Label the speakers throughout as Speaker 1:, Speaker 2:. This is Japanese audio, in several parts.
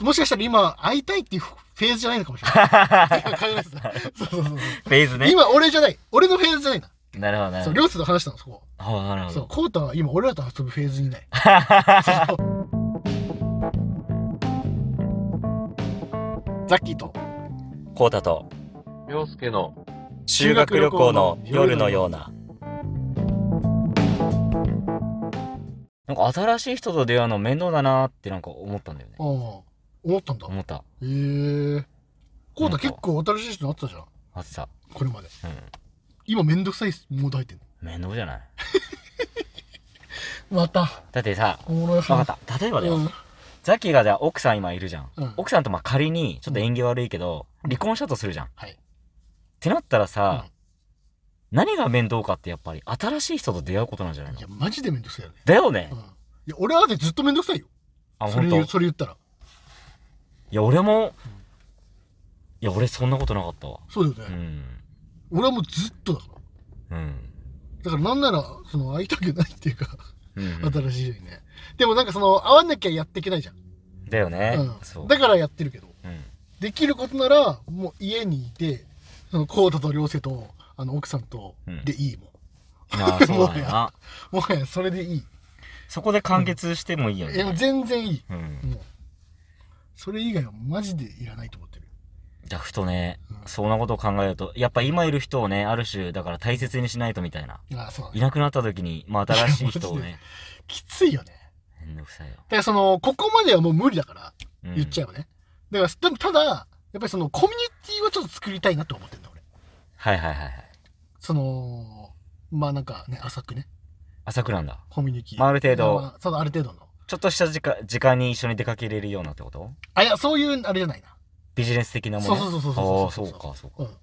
Speaker 1: もしかしたら今、会いたいっていうフェーズじゃないのかもしれ ない。考えてた。そうそう そうそう。
Speaker 2: フェーズね。
Speaker 1: 今、俺じゃない。俺のフェーズじゃないな。
Speaker 2: なるほど、なる
Speaker 1: そ
Speaker 2: ほ
Speaker 1: う、
Speaker 2: ど。
Speaker 1: 両親と話したの、そこ。
Speaker 2: ほうなるほ
Speaker 1: そう、
Speaker 2: ど。
Speaker 1: コウタは今、俺らと遊ぶフェーズにい ない。ザッキーと。
Speaker 2: コータと、
Speaker 3: 洋介の
Speaker 2: 修学旅行の夜のような。なんか新しい人と出会うの面倒だなーってなんか思ったんだよね
Speaker 1: あ。あ、思ったんだ。
Speaker 2: 思った。
Speaker 1: へえ。コウタ結構新しい人になってたじゃん。
Speaker 2: あってさ、
Speaker 1: これまで。
Speaker 2: うん。
Speaker 1: 今、めんどくさいモード入ってんの。
Speaker 2: 面倒じゃない
Speaker 1: また、
Speaker 2: だってさ、
Speaker 1: おもろい
Speaker 2: わ
Speaker 1: 話。
Speaker 2: かった。例えばだよ。
Speaker 1: うん。
Speaker 2: ザキがじゃあ奥さん今いるじゃん。
Speaker 1: うん
Speaker 2: 奥さんとまあ仮に、ちょっと縁起悪いけど、離婚したとするじゃん。っ
Speaker 1: はい。
Speaker 2: てなったらさ、
Speaker 1: うん
Speaker 2: 何が面倒かってやっぱり新しい人と出会うことなんじゃないの
Speaker 1: いや、マジでめんどくさいよね。
Speaker 2: だよね、
Speaker 1: うん。いや、俺はだってずっとめんどくさいよ。
Speaker 2: あ、
Speaker 1: そ
Speaker 2: ほ
Speaker 1: れ
Speaker 2: ん
Speaker 1: 言
Speaker 2: と。
Speaker 1: う
Speaker 2: い
Speaker 1: それ言ったら。
Speaker 2: や、俺も、いや、俺そんなことなかったわ。
Speaker 1: そうだよ
Speaker 2: う
Speaker 1: ね。
Speaker 2: ん。
Speaker 1: 俺はもうずっとだから。
Speaker 2: うん。
Speaker 1: だからなんなら、その、会いたくないっていうか、
Speaker 2: うん、
Speaker 1: 新しい人にね。でもなんかその、会わなきゃやっていけないじゃん。。。
Speaker 2: だよね。そううん
Speaker 1: だからやってるけど。
Speaker 2: うん。
Speaker 1: できることなら、もう家にいて、その、コータと両瀬と、あの、奥さんと
Speaker 2: うん、
Speaker 1: でいいもん。
Speaker 2: ああ、そうだよ
Speaker 1: もは
Speaker 2: な。
Speaker 1: もはやそれでいい。
Speaker 2: そこで完結してもいいよ
Speaker 1: いや、
Speaker 2: ね。
Speaker 1: 全然いい。
Speaker 2: うん。
Speaker 1: もう。それ以外はマジでいらないと思ってる。
Speaker 2: じゃあ、ふとね、
Speaker 1: うん
Speaker 2: そんなことを考えると、やっぱ今いる人をね、ある種、だから大切にしないとみたいな。
Speaker 1: ああ、そうだ
Speaker 2: い
Speaker 1: ね。
Speaker 2: なくなった時に、まあ、新しい人を
Speaker 1: いや
Speaker 2: ね、
Speaker 1: きついよね。
Speaker 2: めんどくさいよ。
Speaker 1: だからその、ここまではもう無理だから、
Speaker 2: うん
Speaker 1: 言っちゃえばね。だから、でもただ、やっぱりその、コミュニティをちょっと作りたいなと思ってんだ、俺。
Speaker 2: はいはいはいはい。
Speaker 1: その、まあなんかね、浅くね、
Speaker 2: 朝倉なんだ。
Speaker 1: コミュニティ。
Speaker 2: まあある程度
Speaker 1: まあそのある程度の。
Speaker 2: ちょっとした時間時間に一緒に出かけれるようなってこと
Speaker 1: あ、いや、そういう、あれじゃないな。
Speaker 2: ビジネス的なも
Speaker 1: そ
Speaker 2: の
Speaker 1: うそうそうそう
Speaker 2: あ
Speaker 1: そ
Speaker 2: あ、
Speaker 1: う
Speaker 2: そ
Speaker 1: そうう
Speaker 2: か、そうか。
Speaker 1: うん。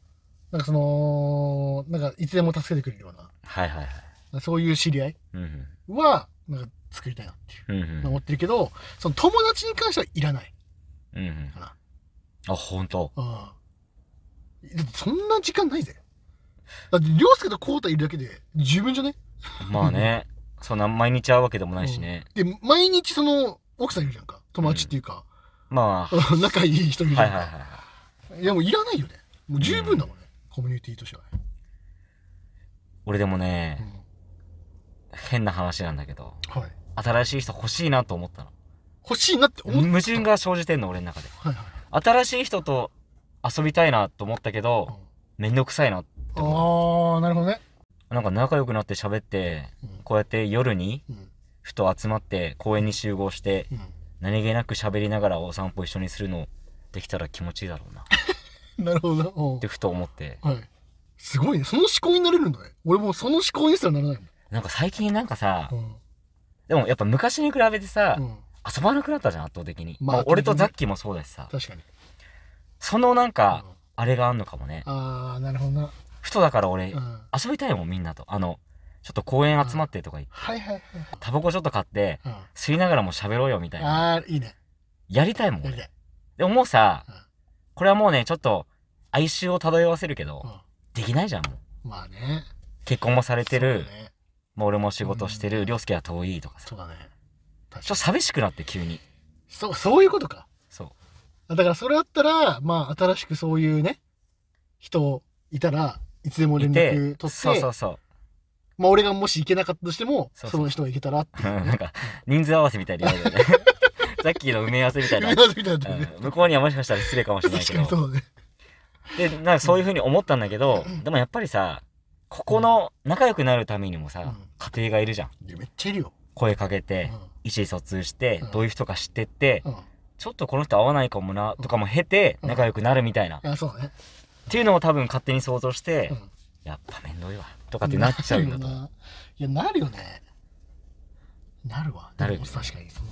Speaker 1: なんかその、なんか、いつでも助けてくれるよう
Speaker 2: はいはいはい。
Speaker 1: な、そういう知り合い
Speaker 2: うん
Speaker 1: は、なんか作りたいなっていう。
Speaker 2: うん。うん
Speaker 1: 思ってるけど、その友達に関してはいらない
Speaker 2: うん。うんうん
Speaker 1: か。な。
Speaker 2: あ、ほんと。
Speaker 1: うん。だってそんな時間ないぜ。だって、りょうすけとこうたいるだけで十分じゃない
Speaker 2: まあね、そんな毎日会うわけでもないしね。
Speaker 1: で、毎日その、奥さんいるじゃんか。友達っていうか、
Speaker 2: まあ、
Speaker 1: 仲いい人いるじ
Speaker 2: は
Speaker 1: ゃ
Speaker 2: い
Speaker 1: んか。
Speaker 2: はいはい。
Speaker 1: いや、もういらないよね。もう十分だもんね。コミュニティとしてはね。
Speaker 2: 俺でもね、変な話なんだけど、
Speaker 1: はい。
Speaker 2: 新しい人欲しいなと思ったの。
Speaker 1: 欲しいなって思って。
Speaker 2: 矛盾が生じてんの、俺の中で。
Speaker 1: はいはい。
Speaker 2: 新しい人と遊びたいなと思ったけ
Speaker 1: うん
Speaker 2: ど、めんどくさいなって思
Speaker 1: あー、なるほどね。
Speaker 2: う。なんか仲良くなって喋って、
Speaker 1: うん
Speaker 2: こうやって夜に、
Speaker 1: うん。
Speaker 2: ふと集まって公園に集合して何気なく喋りながらお散歩一緒にするのできたら気持ちいいだろうなっ
Speaker 1: うん。なるほどな。うん
Speaker 2: てふと思って
Speaker 1: はい。すごいね。その思考になれるんだね。俺もうその思考にすらならない
Speaker 2: なんか最近なんかさ
Speaker 1: もん。
Speaker 2: でもやっぱ昔に比べてさ、
Speaker 1: うん。うん。
Speaker 2: 遊ばなくなったじゃん圧倒的に、
Speaker 1: まあ
Speaker 2: まあ、俺とザッキーもそうだしさ
Speaker 1: 確かに。
Speaker 2: そのなんか
Speaker 1: うん
Speaker 2: あれがあんのかもね
Speaker 1: あー、なるほどな。
Speaker 2: ふとだから俺
Speaker 1: うん。
Speaker 2: 遊
Speaker 1: は
Speaker 2: びたいもんみんなとあのちょっと公園集まってとか言って
Speaker 1: いはいはい。
Speaker 2: タバコちょっと買って
Speaker 1: うん。
Speaker 2: 吸いながらも喋ろうよみたいな
Speaker 1: あー、いいね。
Speaker 2: やりたいもん
Speaker 1: やり
Speaker 2: 俺
Speaker 1: たい。
Speaker 2: でももうさ
Speaker 1: うん
Speaker 2: これはもうねちょっと哀愁を漂わせるけど、
Speaker 1: う。
Speaker 2: できないじゃんもうん
Speaker 1: まあね。
Speaker 2: 結婚もされてる、
Speaker 1: そうだね。
Speaker 2: もう俺も仕事して
Speaker 1: う
Speaker 2: る、
Speaker 1: ん
Speaker 2: りょうすけは遠いとかさ。ちょ
Speaker 1: そうだね。確
Speaker 2: っ
Speaker 1: か
Speaker 2: と
Speaker 1: に。
Speaker 2: 寂しくなって急に。
Speaker 1: そう、そういうことか。
Speaker 2: そう。
Speaker 1: だからそれだったら、まあ、新しくそういうね、人いたら、いつでも連
Speaker 2: いて
Speaker 1: 絡取って、
Speaker 2: そうそうそ
Speaker 1: まあ、俺がもし行けなかったとしても、そ
Speaker 2: そ
Speaker 1: う
Speaker 2: そう
Speaker 1: の人が行けたらって
Speaker 2: う。なんか、人数合わせみたいなやつだよね。 さっきの埋め合わせみたい
Speaker 1: 言
Speaker 2: な。
Speaker 1: わみたいな
Speaker 2: うん
Speaker 1: ね。
Speaker 2: 向こうにはもしかしたら失礼かもしれない
Speaker 1: 確
Speaker 2: け
Speaker 1: かに
Speaker 2: ど。
Speaker 1: そうだね。
Speaker 2: で、なんかそういうふうに思ったんだけど、でもやっぱりさ、ここの仲良くなるためにも
Speaker 1: う
Speaker 2: さ
Speaker 1: ん、
Speaker 2: 家庭がいるじゃん。
Speaker 1: でめっちゃいるよ。
Speaker 2: 声かけ
Speaker 1: うん
Speaker 2: て、意思疎通して
Speaker 1: う、ん
Speaker 2: どういう人か知ってって、
Speaker 1: うん。
Speaker 2: ちょっとこの人合わないかもな、とかも経て、
Speaker 1: うん
Speaker 2: 仲良くなるみたいな。っ
Speaker 1: あ、そうだね。
Speaker 2: ていうのを多分勝手に想像して
Speaker 1: う、ん。
Speaker 2: やっぱ面倒いわ、とかってなっちゃうんだと
Speaker 1: なる。よないや、なるよね。なるわ。
Speaker 2: なる
Speaker 1: で
Speaker 2: よね
Speaker 1: も確かに。その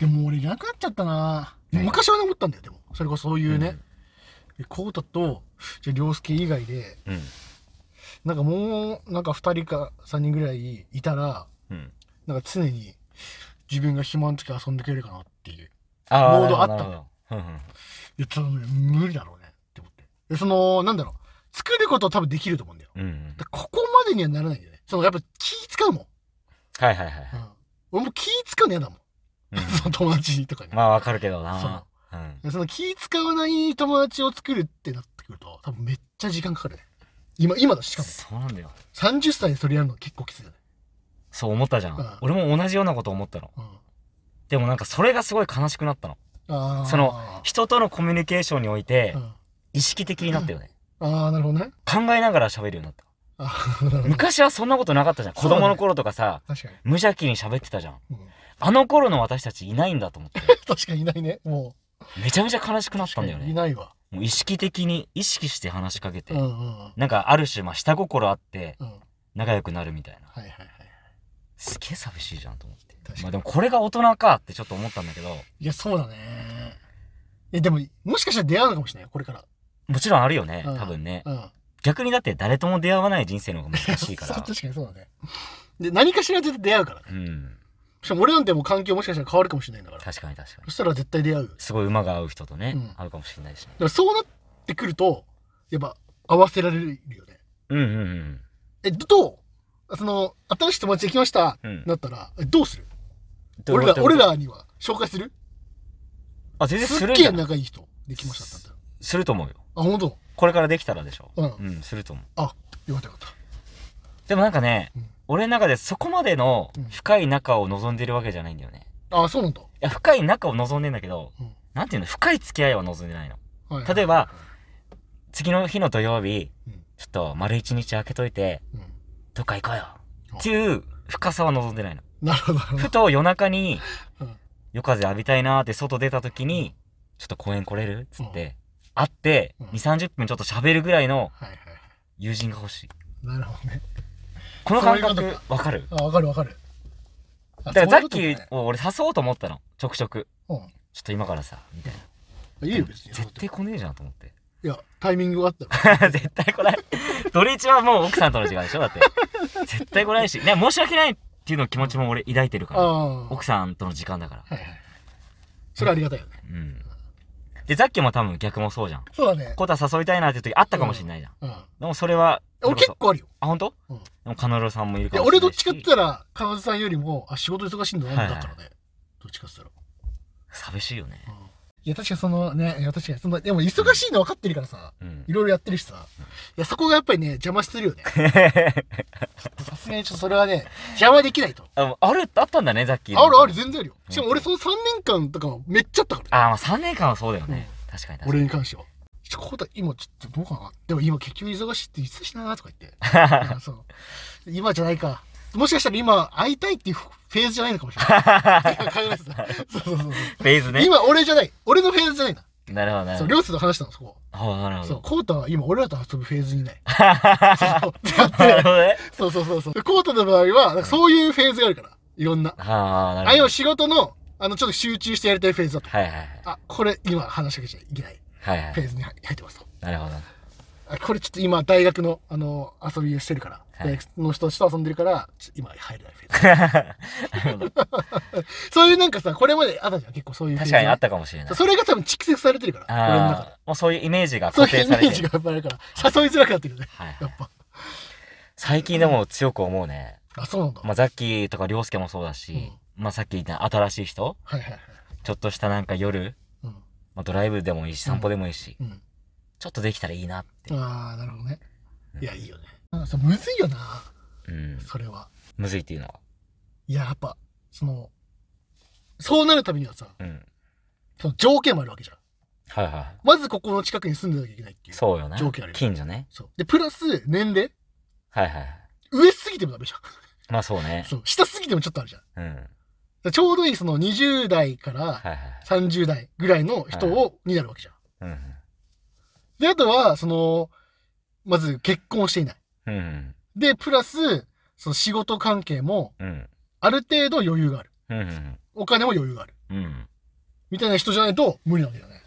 Speaker 1: でも俺いなくなっちゃったな。
Speaker 2: 何
Speaker 1: 昔はね、思ったんだよ、でも。それこそそういうね。コータと、じゃあ、涼介以外で、
Speaker 2: うん。
Speaker 1: なんかもう、なんか2人か3人ぐらいいたら、
Speaker 2: うん。
Speaker 1: なんか常に自分が暇の時遊んでくれるかなっていう。
Speaker 2: あ
Speaker 1: モードあった
Speaker 2: なるほどなるほ
Speaker 1: い
Speaker 2: ど
Speaker 1: や、多分ね無理だろうねって思って。で、その、なんだろう。作ることは多分できると思うんだよ。
Speaker 2: うんうん。うんうん。
Speaker 1: だからここまでにはならないよね。その、やっぱ気使うもん。
Speaker 2: はいはいはいは
Speaker 1: う
Speaker 2: い。
Speaker 1: ん。俺も気使うの嫌だもん。
Speaker 2: うん
Speaker 1: その友達にとかに。
Speaker 2: まあわかるけど
Speaker 1: そう
Speaker 2: な。
Speaker 1: その気使わない友達を作るってなってくると、多分めっちゃ時間かかるね。今、今だしかも。
Speaker 2: そうなんだよ。
Speaker 1: 30歳でそれやるの結構きついよね。
Speaker 2: そう思ったじゃん。
Speaker 1: うん
Speaker 2: 俺も同じようなこと思ったの。
Speaker 1: うん。
Speaker 2: でもなんかそれがすごい悲しくなったの。
Speaker 1: ああ。
Speaker 2: その、人とのコミュニケーションにおいて
Speaker 1: う、ん、
Speaker 2: 意識的になったよね。
Speaker 1: ああ、なるほどね。
Speaker 2: 考えながら喋るようになった。
Speaker 1: ああ、なるほど。
Speaker 2: 昔はそんなことなかったじゃん。
Speaker 1: そ
Speaker 2: 子
Speaker 1: うだね
Speaker 2: 供の頃とかさ、
Speaker 1: 確かに。
Speaker 2: 無邪気に喋ってたじゃん。
Speaker 1: うん、
Speaker 2: あの頃の私たちいないんだと思って。
Speaker 1: 確かにいないね。も
Speaker 2: めちゃめちゃ悲しく
Speaker 1: う。
Speaker 2: なったんだよ
Speaker 1: 確かにい
Speaker 2: ね。
Speaker 1: ないわ。
Speaker 2: もう意識的に、意識して話しかけて
Speaker 1: うん、うんうん。
Speaker 2: なんかある種、まあ下心あって
Speaker 1: うん。はい
Speaker 2: 仲良くなるみたいな。
Speaker 1: はいはい。
Speaker 2: すげえ寂しいじゃんと思って
Speaker 1: 確か。に
Speaker 2: まあでもこれが大人かってちょっと思ったんだけど、
Speaker 1: いや、そうだね。え、でも、もしかしたら出会うのかもしれないよこれから。
Speaker 2: もちろんあるよね、
Speaker 1: うん
Speaker 2: 多分ね。
Speaker 1: うん。
Speaker 2: 逆にだって誰とも出会わない人生の方が難しいか
Speaker 1: そう
Speaker 2: ら。
Speaker 1: 確かにそうだね。で、何かしら絶対出会うからね。
Speaker 2: うん。
Speaker 1: しかも俺なんてもう環境もしかしたら変わるかもしれないんだから。
Speaker 2: 確かに確か
Speaker 1: そ
Speaker 2: に。
Speaker 1: したら絶対出会う。だか
Speaker 2: すごい馬が合う人とね、
Speaker 1: うん
Speaker 2: 合うかもしれないしね。
Speaker 1: らそうなってくると、やっぱ合わせられるよね。
Speaker 2: うんうんうん。
Speaker 1: え、どどうその、新しい友達できました、
Speaker 2: うん
Speaker 1: なったら、えどうする
Speaker 2: どう
Speaker 1: 俺ら、俺。
Speaker 2: どう
Speaker 1: らには紹介する
Speaker 2: あ、全然
Speaker 1: す
Speaker 2: す
Speaker 1: っ
Speaker 2: るん
Speaker 1: げ
Speaker 2: じ
Speaker 1: え
Speaker 2: ゃない
Speaker 1: 仲いい人できましたってなっ
Speaker 2: すると思うよ。
Speaker 1: たら。あ、本当
Speaker 2: これからできたらでしょ。
Speaker 1: うん
Speaker 2: うん、すると思う。
Speaker 1: あ、よかったよかっ
Speaker 2: でもなんかね、
Speaker 1: うん
Speaker 2: 俺の中でそこまでの
Speaker 1: うん
Speaker 2: 深い仲を望んでるわけじゃないんだよね。
Speaker 1: た。あ、そうなんだ。
Speaker 2: いや、深い仲を望んでんだけど、
Speaker 1: うん
Speaker 2: なんていうの、深い付き合いは望んでないの。
Speaker 1: はい
Speaker 2: 例えば、次の日の土曜日、
Speaker 1: うん
Speaker 2: ちょっと丸一日空けといて、
Speaker 1: うん
Speaker 2: どっか行こうよ。っていう深さは望んでないの。
Speaker 1: なるほど、なるほ
Speaker 2: ふと夜中に
Speaker 1: うん、
Speaker 2: 夜風浴びたいなーって外出た時に、ちょっと公園来れるつって、会って、
Speaker 1: うん
Speaker 2: 2、30分ちょっと喋るぐらいの
Speaker 1: ど。はいはいはい。
Speaker 2: 友人が欲しい。
Speaker 1: なるほどね。
Speaker 2: この感
Speaker 1: そういう
Speaker 2: 覚、わかる
Speaker 1: あ、わかるわかる。あ
Speaker 2: だからザッキ
Speaker 1: そういう
Speaker 2: ーを俺誘おうと思ったの。ちょくちょく。
Speaker 1: ことね
Speaker 2: ちょっと今からさ、みたいな。
Speaker 1: うん。いいよ、別に。
Speaker 2: 絶対来ねえじゃんと思って。
Speaker 1: いや、タイミングがあったら。
Speaker 2: 絶対来ない。土日はもう奥さんとの時間でしょだって。絶対来ないし。ね、申し訳ないっていうの気持ちも俺抱いてるから。
Speaker 1: ああ。
Speaker 2: 奥さんとの時間だから。
Speaker 1: はいはいはい。それありがたいよね。
Speaker 2: うん。で、ザッキーも多分逆もそうじゃん。
Speaker 1: そうだね。
Speaker 2: コタ誘いたいなっていう時あったかもしれないじゃん。
Speaker 1: うん。
Speaker 2: でもそれは、それ
Speaker 1: 俺
Speaker 2: こそ
Speaker 1: 結構あるよ。
Speaker 2: あ、本当？
Speaker 1: うん
Speaker 2: でも、カノルさんもいる
Speaker 1: い
Speaker 2: か
Speaker 1: や、
Speaker 2: もし
Speaker 1: 俺
Speaker 2: れな
Speaker 1: どっ
Speaker 2: いし。
Speaker 1: ちかって言ったら、彼女さんよりも、あ、仕事忙しいんだな、だったらね。どっちかって言った
Speaker 2: 寂しいよね。
Speaker 1: ら。うん。いや、確かそのね、いや、確かにその、でも忙しいの分かってるからさ、
Speaker 2: うん
Speaker 1: い。ろいろやってるしさ。いや、そこがやっぱりね、邪魔するよね。 さすがにちょっとそれはね、邪魔できないと。
Speaker 2: あもうある、あったんだね、ザッキー。
Speaker 1: あるある、全然あるよ。しかも俺
Speaker 2: 本
Speaker 1: その3年間とかめっちゃあったからね。
Speaker 2: あ、まあ3年間はそうだよね。確かに確か
Speaker 1: 俺
Speaker 2: に。
Speaker 1: に関しては。ちょ、こうだ、今ちょっとどうかな。でも今結局忙しいって言ってたしなーとか言って。 あそう。今じゃないか。もしかしたら今会いたいっていうフェーズじゃないのかもしれ ない。考えてた。そうそうそうそう。
Speaker 2: フェーズね。
Speaker 1: 今俺じゃない。俺のフェーズじゃないな。
Speaker 2: なるほど、なる
Speaker 1: そ
Speaker 2: ほ
Speaker 1: う、
Speaker 2: ど。
Speaker 1: 両親と話したの、そこ。
Speaker 2: ああ、なるほ
Speaker 1: そう、
Speaker 2: ど。
Speaker 1: コータは今俺らと遊ぶフェーズにい ない。そう
Speaker 2: なるほどね。
Speaker 1: そうそうそうそう。コータの場合は、なんかそういうフェーズがあるから。いろんな。
Speaker 2: ああ、な
Speaker 1: あ
Speaker 2: るほ
Speaker 1: 要
Speaker 2: ど
Speaker 1: は。仕事の、あの、ちょっと集中してやりたいフェーズだと。
Speaker 2: はいはいはい。
Speaker 1: あ、これ今話しかけちゃいけない
Speaker 2: はいは
Speaker 1: フェ
Speaker 2: い。
Speaker 1: ーズに入入ってますと。
Speaker 2: なるほど。
Speaker 1: あこれちょっと今大学の、あの、遊びをしてるから、
Speaker 2: はい
Speaker 1: 大学の人たちと遊んでるから、ちょ今入れないフェーズ。
Speaker 2: なるほど
Speaker 1: そういうなんかさ、これまであったじゃん、結構そういうフェー
Speaker 2: 確
Speaker 1: ズ
Speaker 2: か
Speaker 1: が
Speaker 2: にあったかもしれない。
Speaker 1: それが多分蓄積されてるから、俺の中で
Speaker 2: ああ、もうそういうイメージが
Speaker 1: そう
Speaker 2: 固
Speaker 1: いう
Speaker 2: 定
Speaker 1: イメ
Speaker 2: され
Speaker 1: ー
Speaker 2: て
Speaker 1: ジ
Speaker 2: る
Speaker 1: が。やっぱあるから、誘いづらくなってるよね。
Speaker 2: はいはい
Speaker 1: やっぱ。
Speaker 2: 最近でも強く思うね。
Speaker 1: あ、そうなんだ。
Speaker 2: まあ、ザッキーとか涼介もそうだし、まあ、さっき言った新しい人
Speaker 1: はいはいはい。
Speaker 2: ちょっとしたなんか夜、
Speaker 1: うん。
Speaker 2: まあ、ドライブでもいいし、散歩でもいいし、
Speaker 1: うん。
Speaker 2: ちょっとできたらいいなって。
Speaker 1: ああ、なるほどね。いや、いいよね。あそうむずいよな、
Speaker 2: うん。
Speaker 1: それは。
Speaker 2: むずいっていうのは。
Speaker 1: いや、やっぱ、その、そうなるためにはさ、
Speaker 2: うん。
Speaker 1: その条件もあるわけじゃん。
Speaker 2: はいはい。
Speaker 1: まずここの近くに住んでなきゃいけないっていう。
Speaker 2: そうよね。
Speaker 1: 条件あるよ
Speaker 2: 近所ね。
Speaker 1: そう。で、プラス、年齢
Speaker 2: はいはい。
Speaker 1: 上すぎてもダメじゃん。
Speaker 2: まあそうね。
Speaker 1: そう。下すぎてもちょっとあるじゃん。だか
Speaker 2: うん。はい
Speaker 1: らちょうどいいその20代から
Speaker 2: はい。
Speaker 1: 30代ぐらいの人を、になるわけじゃん。
Speaker 2: うん
Speaker 1: で、あとは、その、まず結婚していない。
Speaker 2: うん。うん
Speaker 1: で、プラス、その仕事関係も、
Speaker 2: うん。うん
Speaker 1: ある程度余裕がある。
Speaker 2: うんうん。
Speaker 1: お金も余裕がある。
Speaker 2: うん。
Speaker 1: みたいな人じゃないと無理なわけだね。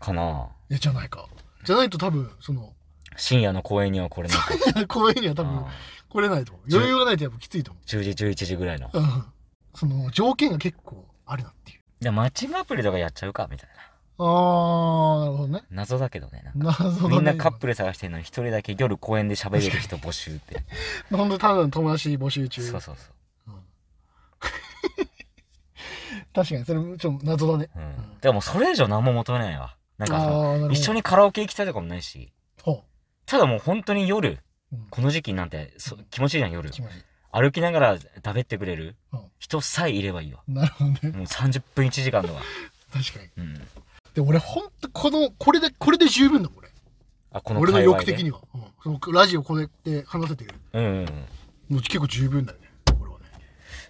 Speaker 2: かな
Speaker 1: えじゃないか。じゃないと多分、その、
Speaker 2: 深夜の公園には来れないか
Speaker 1: 公園に は多分
Speaker 2: な。
Speaker 1: 来れないと思う。余裕がないとやっぱきついと思
Speaker 2: 10時、11時ぐらいの。
Speaker 1: う。うん。その、条件が結構あるなっていう。
Speaker 2: で、マッチングアプリとかやっちゃうかみたいな。
Speaker 1: あー、なるほどね。
Speaker 2: 謎だけどね。なんか
Speaker 1: 謎だね。
Speaker 2: みんなカップル探してんのに一人だけ夜公園で喋れる人募集 って。
Speaker 1: 今ほんとただの友達募集中。
Speaker 2: そうそうそう。
Speaker 1: 確かに、それもちょっと謎だね。
Speaker 2: う
Speaker 1: うん
Speaker 2: ん。でもうそれ以上何も求めないわ。なんかその、
Speaker 1: ああ、なるほど。
Speaker 2: 一緒にカラオケ行きたいとかもないし、
Speaker 1: ほ
Speaker 2: ただもう本当に夜、
Speaker 1: う。うん
Speaker 2: この時期なんてそ気持ちいいじゃん、夜。
Speaker 1: 気持ちいい。
Speaker 2: 歩きながら食べてくれる
Speaker 1: うん
Speaker 2: 人さえいればいいわ。
Speaker 1: なるほどね。
Speaker 2: もう30分1時間とか。
Speaker 1: 確かに。
Speaker 2: うん。
Speaker 1: で、俺、ほんと、この、これで、これで十分だもん、俺。
Speaker 2: あ、この
Speaker 1: 俺の
Speaker 2: 界隈
Speaker 1: 欲
Speaker 2: で
Speaker 1: 的には。うんそのラジオこれで話せてる。
Speaker 2: うんうんうん。
Speaker 1: もう結構十分だよね。これはね。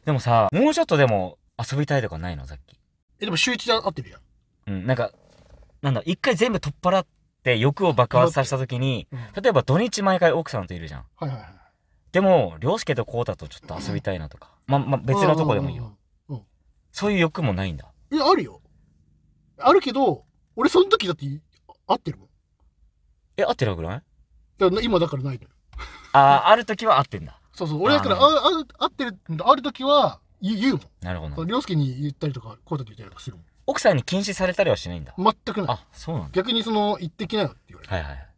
Speaker 2: でもさ、もうちょっとでも遊びたいとかないのさっき。
Speaker 1: え、でも週一で合ってるやん。
Speaker 2: うん。なんか、なんだ、一回全部取っ払って欲を爆発させた時に、
Speaker 1: うん
Speaker 2: 例えば土日毎回奥さんといるじゃん。
Speaker 1: はいはいはい。
Speaker 2: でも、涼介とコウタとちょっと遊びたいなとか。ま、ま、別のとこでもいいよ。そういう欲もないんだ。
Speaker 1: うん。うんうんえ、あるよ。あるけど、俺その時だって合ってるもん。
Speaker 2: え、合ってるわけない
Speaker 1: だから今だからないのよ。
Speaker 2: あー、ある時は合ってんだ。
Speaker 1: そうそう。俺だから、
Speaker 2: あ
Speaker 1: あ
Speaker 2: ー
Speaker 1: あ合ってる、ある時は言う言うもん。
Speaker 2: なるほど
Speaker 1: その
Speaker 2: な。
Speaker 1: 凌介に言ったりとか、こうたに言ったりとかするも
Speaker 2: 奥さんに禁止されたりはしないんだ。
Speaker 1: ん。全くない。
Speaker 2: あ、そうなんだ。
Speaker 1: 逆にその、言ってきなよって言われる。
Speaker 2: はいはいはい。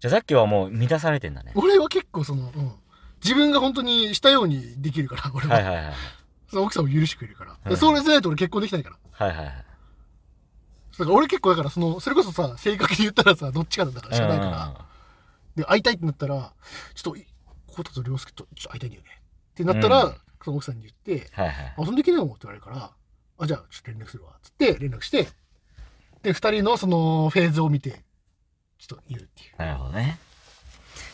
Speaker 2: じゃあさっきはもう満たされてんだね。
Speaker 1: 俺は結構その、うん。自分が本当にしたようにできるから、 俺は。
Speaker 2: はいはいはいはい。
Speaker 1: その奥さんを許してくれるから。
Speaker 2: うん
Speaker 1: それじゃないと俺結婚できないから。
Speaker 2: はいはいはい。
Speaker 1: だから俺結構だから、その、それこそさ、正確に言ったらさ、どっちかだからしかないから。で、会いたいってなったら、ちょっと、コウタと涼介とちょっと会いたいんだよね。ってなったら、
Speaker 2: うん
Speaker 1: その奥さんに言って、
Speaker 2: はいはい。
Speaker 1: 遊んできなよって言われるから、あ、じゃあちょっと連絡するわ。つって連絡して、で、二人のそのフェーズを見て、ちょっと言うっていう。
Speaker 2: なるほどね。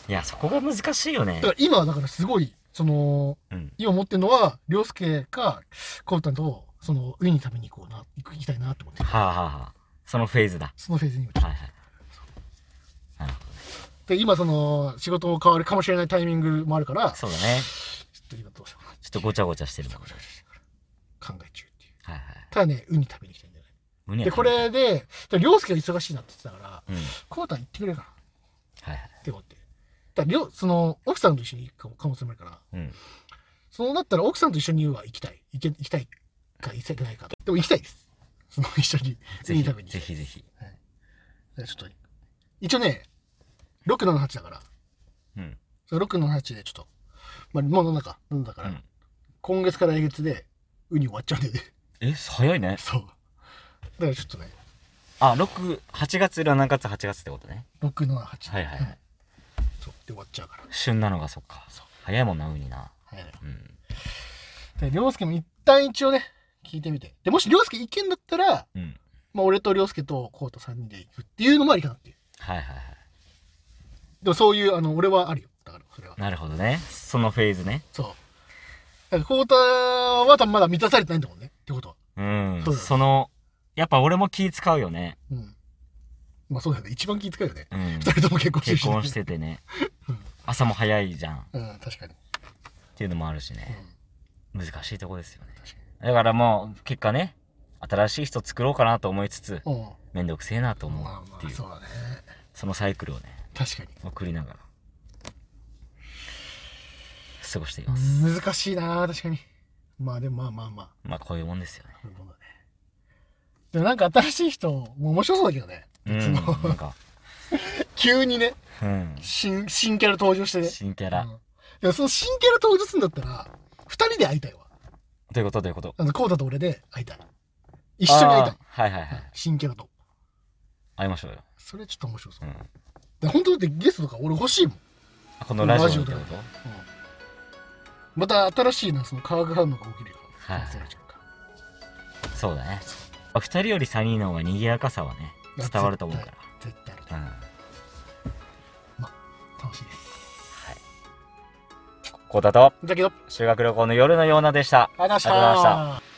Speaker 2: いや、そこが難しいよね
Speaker 1: だか。ら今はだからすごい、その、
Speaker 2: うん。
Speaker 1: 今思ってるのは、涼介か、コウタと、その、ウニ食べに行こうな、行く行きたいなって思ってる、
Speaker 2: はあはあはあ。そのフェーズだ。
Speaker 1: そのフェーズに今来てる
Speaker 2: はいはい。なるほどね。
Speaker 1: で今その仕事も変わるかもしれないタイミングもあるからちょ
Speaker 2: そうだね。
Speaker 1: っと今どうしようかな
Speaker 2: ちょっとごちゃごちゃしてる
Speaker 1: ちょ
Speaker 2: も
Speaker 1: っ
Speaker 2: ん
Speaker 1: と
Speaker 2: ね。
Speaker 1: 考え中っていう
Speaker 2: はいはい。
Speaker 1: ただねウニ食べに行きたいんだよね
Speaker 2: 胸
Speaker 1: でこれでで涼介が忙しいなって言ってたから
Speaker 2: うん。はい
Speaker 1: コウタ行ってくれるかな
Speaker 2: はい。
Speaker 1: って思ってだからりょその奥さんと一緒に行くかも可能性もあるから
Speaker 2: うん。
Speaker 1: そうなったら奥さんと一緒には行きたい行け行きたいか行きたくないかでも行きたいですその一緒にウ
Speaker 2: ぜ
Speaker 1: ニ
Speaker 2: ひ、
Speaker 1: 食べに
Speaker 2: ぜひぜひ。
Speaker 1: でちょっと一応ね678だから
Speaker 2: うん。
Speaker 1: その678でちょっとまあもうなんかなんだか
Speaker 2: う
Speaker 1: ら、
Speaker 2: ん。
Speaker 1: 今月から来月でウニ終わっちゃうんだよね
Speaker 2: え、早いね。
Speaker 1: そうだからちょっとね
Speaker 2: あ、6、8月、7月、8月ってことね。
Speaker 1: 678
Speaker 2: はいはいはい
Speaker 1: そうで終わっちゃうから
Speaker 2: 旬なのがそっか。早いもんな、ウニな。
Speaker 1: 早いな
Speaker 2: うん。
Speaker 1: で涼介も一旦一応ね聞いてみてでもし涼介行けんだったら、
Speaker 2: うん。
Speaker 1: まあ、俺と涼介とコウタ3人で行くっていうのもありかなっていう
Speaker 2: はいはいはい。
Speaker 1: でもそういうあの俺はあるよだからそれは
Speaker 2: なるほどね。そのフェーズね。
Speaker 1: そうだからコウタは多分まだ満たされてないんだもんねってことは
Speaker 2: うん。
Speaker 1: そうだね
Speaker 2: その、やっぱ俺も気使うよね。
Speaker 1: うんまあそうだよね一番気遣うよね
Speaker 2: うん。
Speaker 1: 二人とも結婚してる
Speaker 2: 結
Speaker 1: し、
Speaker 2: 婚しててね
Speaker 1: うん。
Speaker 2: 朝も早いじゃん。っ
Speaker 1: うん確かに、
Speaker 2: ていうのもある
Speaker 1: う
Speaker 2: し
Speaker 1: ん
Speaker 2: ね。、難しいとこですよね。
Speaker 1: 確か
Speaker 2: だからもう、結果ね、新しい人作ろうかなと思いつつ、
Speaker 1: にうん
Speaker 2: めんどくせえなと思
Speaker 1: まあ
Speaker 2: うっ
Speaker 1: ま
Speaker 2: て
Speaker 1: あ
Speaker 2: いう
Speaker 1: そ、うだね
Speaker 2: そのサイクルをね、
Speaker 1: 確かに
Speaker 2: 送りながら、過ごしています。
Speaker 1: 難しいなあ確かにまあでもまあまあまあ
Speaker 2: まあ、こういうもんですよね。
Speaker 1: そういうことだねでもなんか新しい人も面白そうだけどね
Speaker 2: うん。
Speaker 1: 別の
Speaker 2: なんか、
Speaker 1: 急にね
Speaker 2: うん。
Speaker 1: 新新キャラ登場してね、
Speaker 2: 新キャ
Speaker 1: う
Speaker 2: ラ。
Speaker 1: んでもその新キャラ登場するんだったら二人で会いたいわ
Speaker 2: ということ、ということ。
Speaker 1: あのコウタと俺で会いたい一緒に会いたい
Speaker 2: あーはいはいはい。
Speaker 1: 新キャラと
Speaker 2: 会いましょうよ。
Speaker 1: それちょっと面白そうう、
Speaker 2: ん。
Speaker 1: で本当だってゲストとか俺欲しいもん、
Speaker 2: あこのラジオ
Speaker 1: ラ
Speaker 2: っ
Speaker 1: ジ
Speaker 2: て
Speaker 1: オ
Speaker 2: こ
Speaker 1: だ
Speaker 2: と
Speaker 1: また新しいなその化学反応が起きるよ可
Speaker 2: はい
Speaker 1: 能性があるから
Speaker 2: そうだね。2人より3人の方が賑やかさはね、
Speaker 1: いや
Speaker 2: 伝わると思うか
Speaker 1: 絶対あるね
Speaker 2: ら。うん。
Speaker 1: 楽しいです
Speaker 2: コータと
Speaker 1: だけどあり
Speaker 2: 修学旅行の夜のようなでし
Speaker 1: が
Speaker 2: た。
Speaker 1: とうございまし
Speaker 2: ありがとうございました